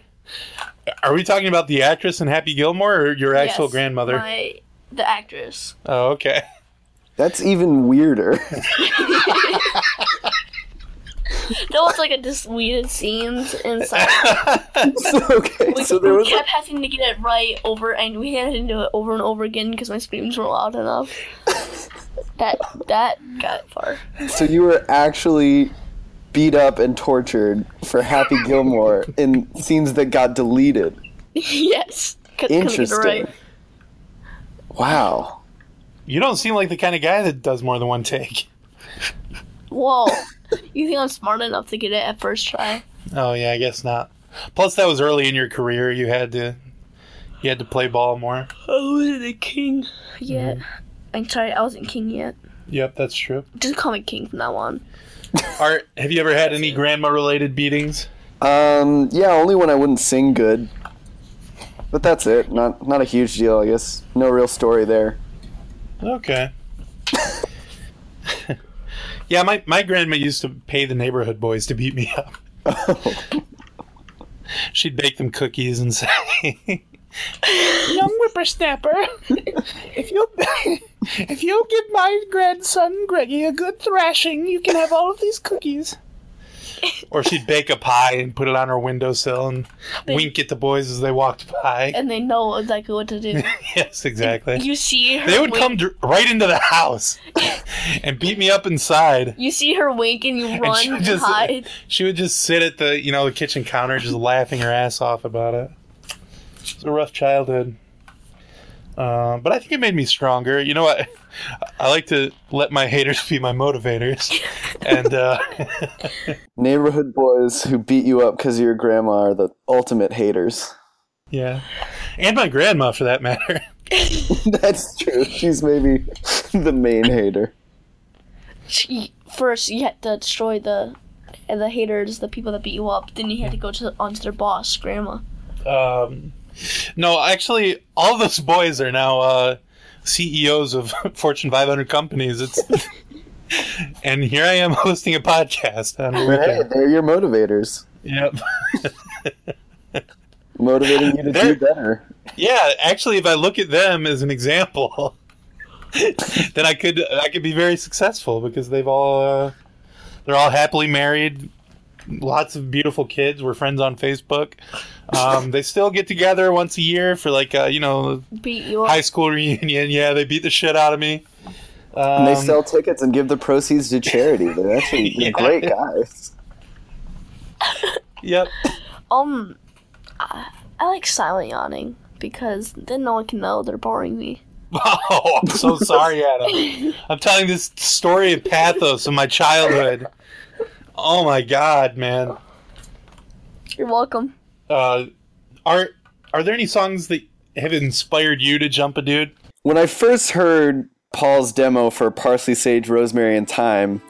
A: Are we talking about the actress in Happy Gilmore or your actual
B: Yes,
A: grandmother?
B: My, the actress.
A: Oh, okay.
C: That's even weirder.
B: That was like a deleted scenes inside.
C: okay,
B: We,
C: so there was
B: we kept having to get it right over, and we had to do it over and over again because my screams were loud enough. that that got far.
C: So you were actually beat up and tortured for Happy Gilmore in scenes that got deleted.
B: yes, could,
C: Interesting.
B: Couldn't get it right.
C: Wow.
A: You don't seem like the kind of guy that does more than one take.
B: Whoa, you think I'm smart enough to get it at first try?
A: Oh yeah, I guess not. Plus, that was early in your career. You had to, you had to play ball more.
B: Oh, wasn't a king yet. I'm sorry, I wasn't king yet.
A: Yep, that's true.
B: Just call me king from now on.
A: Art, have you ever had any grandma-related beatings?
C: Um, yeah, only when I wouldn't sing good. But that's it. Not not a huge deal, I guess. No real story there.
A: Okay. yeah, my my grandma used to pay the neighborhood boys to beat me up. She'd bake them cookies and say, "Young whippersnapper, if you if you give my grandson Greggy a good thrashing, you can have all of these cookies." Or she'd bake a pie and put it on her windowsill and wink at the boys as they walked by.
B: And they know exactly what to do.
A: Yes, exactly.
B: You see her.
A: They would
B: wink-
A: come dr- right into the house and beat me up inside.
B: You see her wink, and you
A: And
B: run
A: she would
B: and
A: just
B: hide.
A: she would just sit at the you know the kitchen counter just laughing her ass off about it. It's a rough childhood, uh, but I think it made me stronger. You know what? I like to let my haters be my motivators, and uh,
C: Neighborhood boys who beat you up because of your grandma are the ultimate haters.
A: yeah, and my grandma for that matter.
C: That's true. She's maybe the main hater.
B: She, first, you had to destroy the and the haters, the people that beat you up. Then you had to go to onto their boss, Grandma.
A: Um, no, actually, all those boys are now uh, CEOs of Fortune 500 companies. It's and here I am hosting a podcast on the
C: But hey,
A: weekend.
C: they're your motivators,
A: Yep.
C: motivating you to do
A: They're-
C: better.
A: Yeah, actually, if I look at them as an example, then I could I could be very successful because they've all uh, they're all happily married, lots of beautiful kids. We're friends on Facebook. Um, they still get together once a year for like uh, you know
B: Beat you up.
A: high school reunion. Yeah, they beat the shit out of me. Um,
C: And they sell tickets and give the proceeds to charity. They're actually they're
A: Yeah.
C: great guys.
A: Yep.
B: Um, I, I like silent yawning because then no one can know they're boring me.
A: Oh, I'm so sorry, Adam. I'm telling this story of pathos of my childhood. Oh my god, man.
B: You're welcome.
A: Uh, are are there any songs that have inspired you to jump a dude?
C: When I first heard Paul's demo for Parsley, Sage, Rosemary, and Thyme,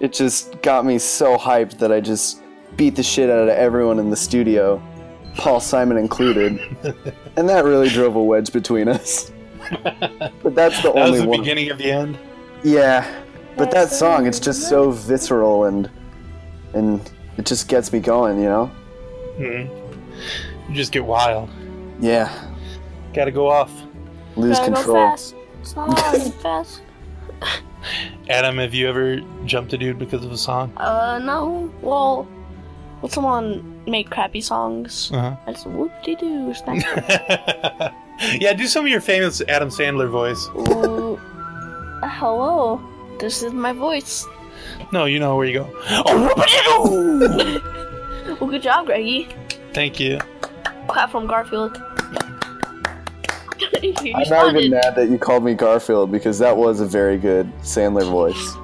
C: it just got me so hyped that I just beat the shit out of everyone in the studio, Paul Simon included. and that really drove a wedge between us. but that's the
A: That
C: only
A: was the
C: one.
A: beginning of the end.
C: Yeah, but that song, it's just so visceral and and it just gets me going, you know?
A: You just get wild.
C: Yeah,
A: Gotta go off.
C: lose
B: Gotta
C: control.
B: go fast. It's not hard, fast.
A: Adam, have you ever jumped a dude because of a song?
B: Uh, no. Well, when someone made crappy songs,
A: Uh-huh.
B: I just whoop de doo snap.
A: yeah, do some of your famous Adam Sandler voice.
B: Ooh, Uh, hello. This is my voice.
A: No, you know where you go. Oh, whoop-a-doo!
B: Well, good job, Greggy.
A: Thank you.
B: Clap from Garfield. You
C: I'm not even
B: responded.
C: mad that you called me Garfield because that was a very good Sandler voice.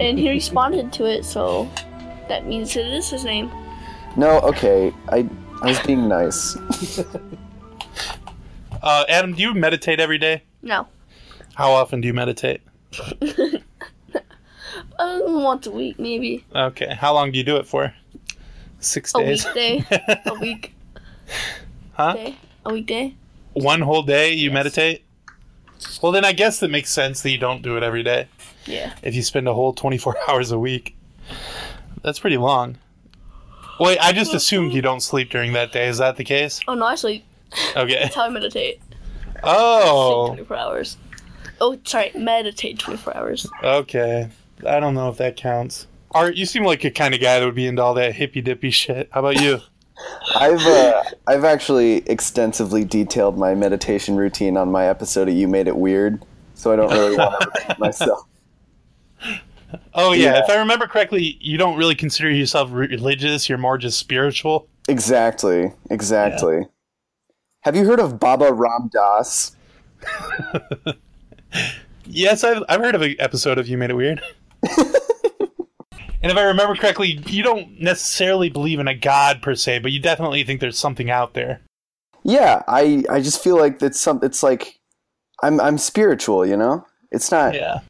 B: And he responded to it, so that means it is his name.
C: No, okay, I I was being nice.
A: Uh, Adam, do you meditate every day?
B: No.
A: How often do you meditate?
B: Uh, once a week, maybe.
A: Okay. How long do you do it for? Six
B: A
A: days.
B: weekday. a week.
A: Huh?
B: Day. A weekday.
A: One whole day you meditate? Well, then I guess that makes sense that you don't do it every day.
B: Yeah.
A: If you spend a whole 24 hours a week, that's pretty long. Wait, I just assumed you don't sleep during that day. Is that the case?
B: Oh, no, I sleep.
A: Okay.
B: That's how I meditate.
A: Oh,
B: Sleep 24 hours. Oh, sorry. Meditate 24 hours.
A: okay. I don't know if that counts. Art, you seem like a kind of guy that would be into all that hippy dippy shit. How about you?
C: I've uh, I've actually extensively detailed my meditation routine on my episode of You Made It Weird, so I don't really want to repeat myself.
A: Oh yeah,
C: Yeah.
A: if I remember correctly, you don't really consider yourself re- religious. You're more just spiritual.
C: Exactly, exactly. Have you heard of Baba Ram Das?
A: Yes, I've, I've heard of an episode of You Made It Weird. and if I remember correctly, you don't necessarily believe in a god per se, but you definitely think there's something out there.
C: Yeah, I I just feel like it's some it's like I'm I'm spiritual, you know? It's not
A: Yeah.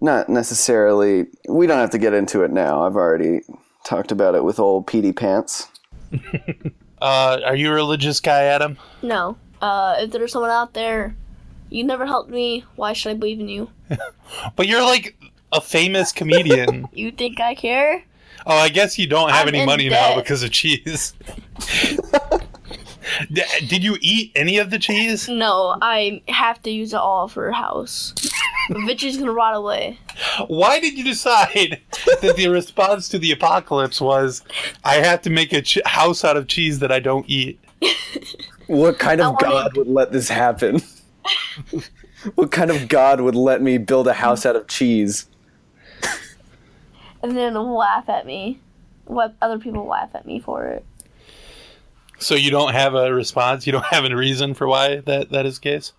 C: not necessarily we don't have to get into it now. I've already talked about it with old Petey Pants.
A: Uh, are you a religious guy, Adam?
B: No. Uh, if there's someone out there, you never helped me. Why should I believe in you?
A: But you're like a famous comedian.
B: You think I care?
A: oh, I guess you don't have
B: I'm
A: any
B: in
A: money now
B: debt.
A: because of cheese. D- Did you eat any of the cheese?
B: No, I have to use it all for a house. Victory's gonna rot away.
A: Why did you decide that the response to the apocalypse was, I have to make a ch- house out of cheese that I don't eat?
C: What kind of
B: wanna-
C: god would let this happen? what kind of god would let me build a house out of cheese?
B: And then laugh at me. What other people laugh at me for it.
A: So you don't have a response? You don't have a reason for why that, that is the case?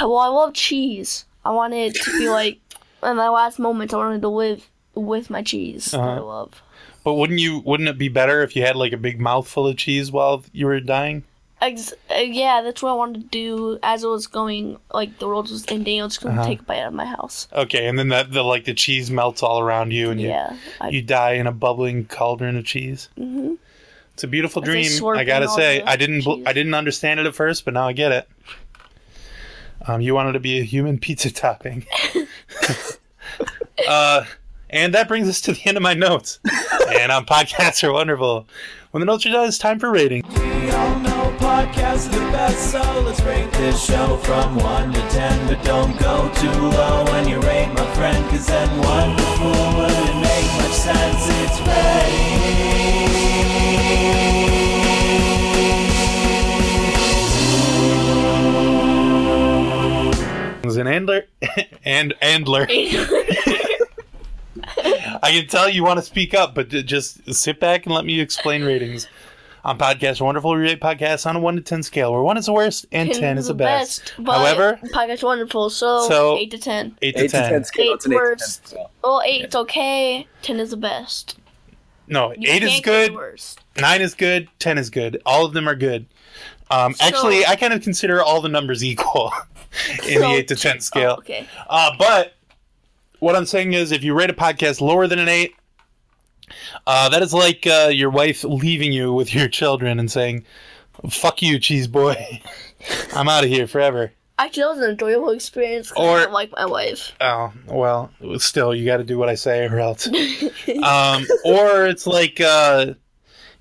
B: Well, I love cheese. I want it to be like, in my last moments, I wanted to live with my cheese that I
A: Uh-huh.
B: love.
A: But wouldn't you wouldn't it be better if you had like a big mouthful of cheese while you were dying?
B: Ex- uh, yeah, that's what I wanted to do as it was going, like the world was ending. I was going to
A: Uh-huh.
B: take a bite out of my house.
A: Okay, and then that the like the cheese melts all around you, and you
B: Yeah, I-
A: you die in a bubbling cauldron of cheese. Mm-hmm. It's a beautiful
B: As they
A: dream.
B: swirl
A: I gotta
B: in all
A: say,
B: the
A: I didn't bel-
B: cheese.
A: I didn't understand it at first, but now I get it. Um, you wanted to be a human pizza topping. uh, and that brings us to the end of my notes. and on podcasts are wonderful. When the notes are done, it's time for rating.
J: We all know podcasts are the best, so let's rate this show from 1 to 10. But don't go too low when you rate my friend, cause then 1 to 4 wouldn't make much sense. It's
A: And Andler and Andler. I can tell you want to speak up, but d- just sit back and let me explain ratings. On podcast wonderful, we rate podcasts on a one to ten scale, where one is the worst and ten, is the best.
B: but
A: However,
B: podcast wonderful. So,
A: So-
B: eight to ten.
A: eight to,
C: Eight to
A: 10.
C: ten scale.
B: Eight
C: It's an eight to ten
B: worst.
C: scale.
B: Well, eight's okay. Ten is the best.
A: No,
B: You
A: eight is
B: can't get
A: good.
B: worse.
A: Nine is good. Ten is good. All of them are good. Um, actually, I kind of consider all the numbers equal in the
B: So-
A: eight to ten scale.
B: Oh, okay.
A: Uh, but what I'm saying is, if you rate a podcast lower than an eight, uh, that is like uh, your wife leaving you with your children and saying, "Fuck you, cheese boy, I'm out of here forever."
B: Actually, that was an enjoyable experience. 'cause
A: Or-
B: I don't like my wife.
A: Oh well, still you got to do what I say or else. um, or it's like uh,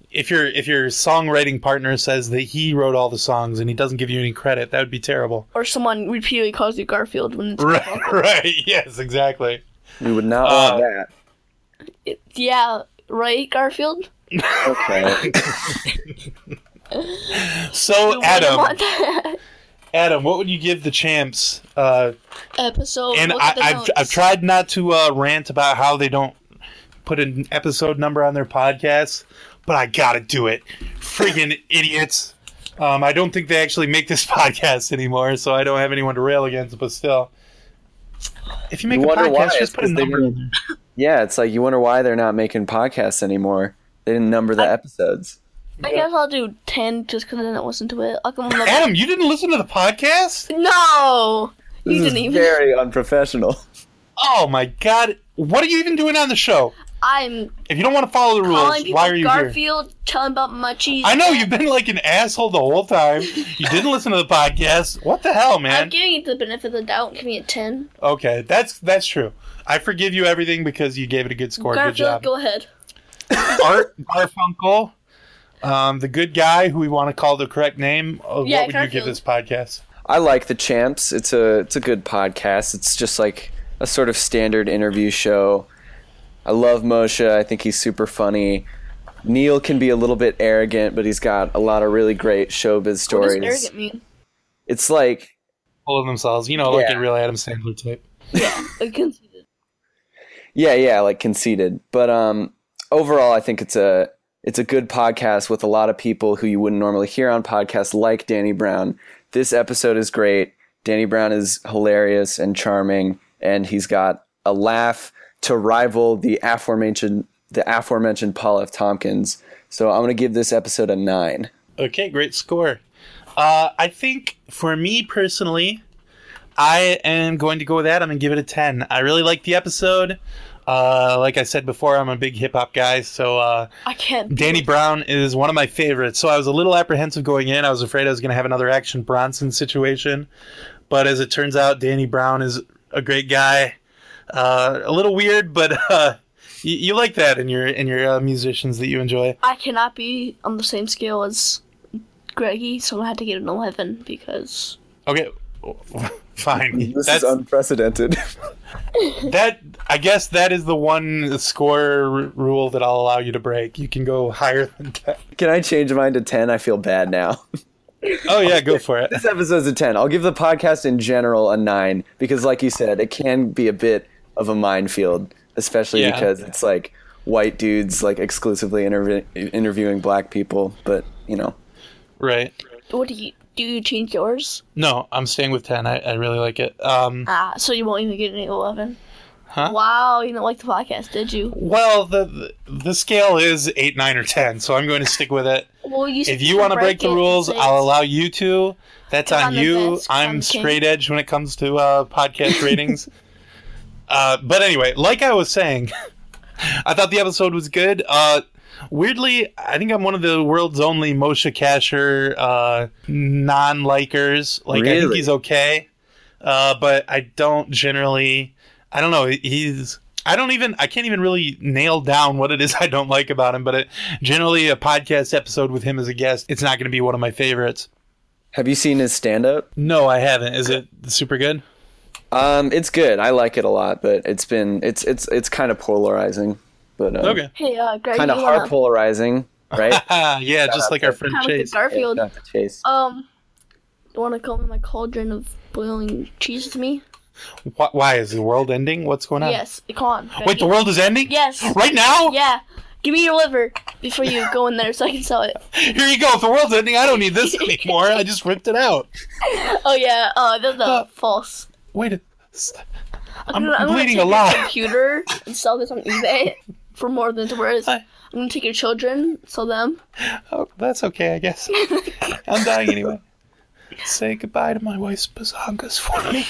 A: if your if your songwriting partner says that he wrote all the songs and he doesn't give you any credit, that would be terrible.
B: Or someone repeatedly calls you Garfield when it's
A: Right, right, yes, exactly.
C: We would not
A: Uh,
C: want that.
B: yeah, right, Garfield.
C: Okay.
A: So
B: You wouldn't
A: Adam,
B: want that.
A: Adam, what would you give the champs? Uh,
B: episode.
A: and
B: look
A: I,
B: at the
A: I've,
B: notes.
A: I've tried not to uh, rant about how they don't put an episode number on their podcasts, but I gotta do it. Friggin' idiots. Um, I don't think they actually make this podcast anymore, so I don't have anyone to rail against, but still. If you make
C: You
A: a
C: wonder
A: podcast,
C: why, it's
A: just put a
C: 'cause they
A: number
C: didn't-
A: in there.
C: yeah, it's like you wonder why they're not making podcasts anymore. They didn't number the episodes.
B: I guess I'll do ten just because I didn't listen to it. I'll come up with-
A: Adam, you didn't listen to the podcast?
B: No, you
C: This
B: didn't
C: is
B: even.
C: very unprofessional.
A: Oh my god. What are you even doing on the show?
B: I'm
A: If you don't want to follow the
B: calling
A: rules,
B: people
A: why are you here?
B: Garfield, telling about my cheese.
A: I know you've been like an asshole the whole time. You didn't listen to the podcast. What the hell, man?
B: I'm giving it the benefit of the doubt. Give me a ten.
A: Okay, that's that's true. I forgive you everything because you gave it a good score. good
B: Garfield,
A: job,
B: go ahead.
A: Art Garfunkel, um, the good guy who we want to call the correct name. Uh,
B: Yeah,
A: what would you give
B: Garfield.
A: this podcast?
C: I like the Champs. It's a it's a good podcast. It's just like a sort of standard interview show. I love Moshe. I think he's super funny. Neil can be a little bit arrogant, but he's got a lot of really great showbiz
B: What does
C: stories.
B: arrogant mean?
C: It's like
A: Full of themselves, you know, like
C: Yeah.
A: a real Adam Sandler type.
B: I can see this.
C: yeah, yeah, like conceited. But um overall I think it's a it's a good podcast with a lot of people who you wouldn't normally hear on podcasts like Danny Brown. This episode is great. Danny Brown is hilarious and charming, and he's got a laugh to rival the aforementioned the aforementioned Paul F. Tompkins. So I'm gonna give this episode a nine.
A: Okay, great score. Uh, I think for me personally, I am going to go with Adam and give it a 10. I really like the episode. Uh, like I said before, I'm a big hip hop guy, so uh,
B: I can't.
A: Danny Brown is one of my favorites. So I was a little apprehensive going in. I was afraid I was going to have another Action Bronson situation. But as it turns out, Danny Brown is a great guy. Uh, a little weird, but uh, you, you like that in your in your uh, musicians that you enjoy.
B: I cannot be on the same scale as Greggy, so I had to get an eleven because
A: Okay, fine.
C: This
A: That's,
C: is unprecedented.
A: that I guess that is the one score r- rule that I'll allow you to break. You can go higher than that.
C: can I change mine to ten? I feel bad now.
A: Oh yeah, go for it.
C: this episode's a 10 i'll give the podcast in general a 9 because like you said it can be a bit of a minefield especially
A: Yeah.
C: because it's like white dudes like exclusively intervi- interviewing black people but you know
A: Right.
B: what do you do? You change yours?
A: No, I'm staying with ten. I, I really like it. Um,
B: Ah, so you won't even get an eleven. Huh? Wow, you didn't like the podcast, did you?
A: Well, the the scale is eight, nine, or ten, so I'm going to stick with it.
B: Well, you
A: if you want to break, the
B: it,
A: rules,
B: it's-
A: I'll allow you to. That's
B: You're
A: on,
B: on the
A: you.
B: best
A: I'm
B: content.
A: straight edge when it comes to uh, podcast ratings. uh, but anyway, like I was saying, I thought the episode was good. Uh, weirdly, I think I'm one of the world's only Moshe Kasher uh, non-likers. Like I think
C: Really?
A: he's okay, uh, but I don't generally. I don't know. He's. I don't even. I can't even really nail down what it is I don't like about him. But it, generally, a podcast episode with him as a guest, it's not going to be one of my favorites.
C: Have you seen his stand up?
A: No, I haven't. Is it super good?
C: Um, it's good. I like it a lot, but it's been it's it's it's kind of polarizing, but uh,
A: Okay.
B: Hey, uh, Greg,
C: kind of
B: you
C: hard
B: wanna-
C: polarizing, right?
A: Ah, yeah,
C: Shout
A: just
C: out
A: like
C: to-
A: our friend
B: How with the
A: Chase.
B: Garfield.
C: Yeah, Chase.
B: Um, you want to come in my cauldron of boiling cheese with me?
A: Wh- Why is the world ending? What's going on?
B: Yes, come on.
A: Wait, the world is ending.
B: Yes.
A: Right now?
B: Yeah. Give me your liver before you go in there so I can sell it.
A: Here you go. If the world's ending, I don't need this anymore. I just ripped it out.
B: Oh yeah, uh, that's a false.
A: Wait. a- s- I'm,
B: gonna- gonna
A: bleeding a
B: take your
A: lot.
B: Computer and sell this on eBay for more than it's worth. I'm gonna take your children, sell them.
A: Oh, that's okay, I guess. I'm dying anyway. Say goodbye to my wife's bazongas for me.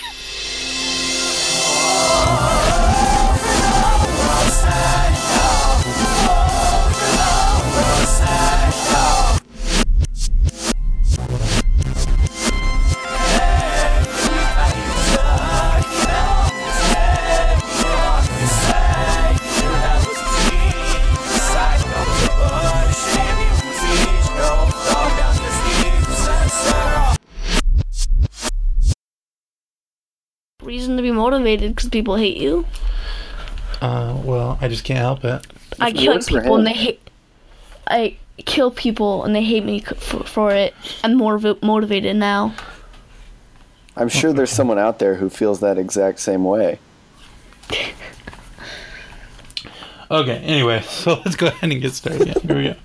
B: Reason to be motivated because people hate you.
A: Uh, well, I just can't help it.
B: I kill people and they hate. I kill people and they hate me c- for, for it. I'm more vo- motivated now.
C: I'm sure there's someone out there who feels that exact same way.
A: Okay, anyway, so let's go ahead and get started. Yeah, here we go.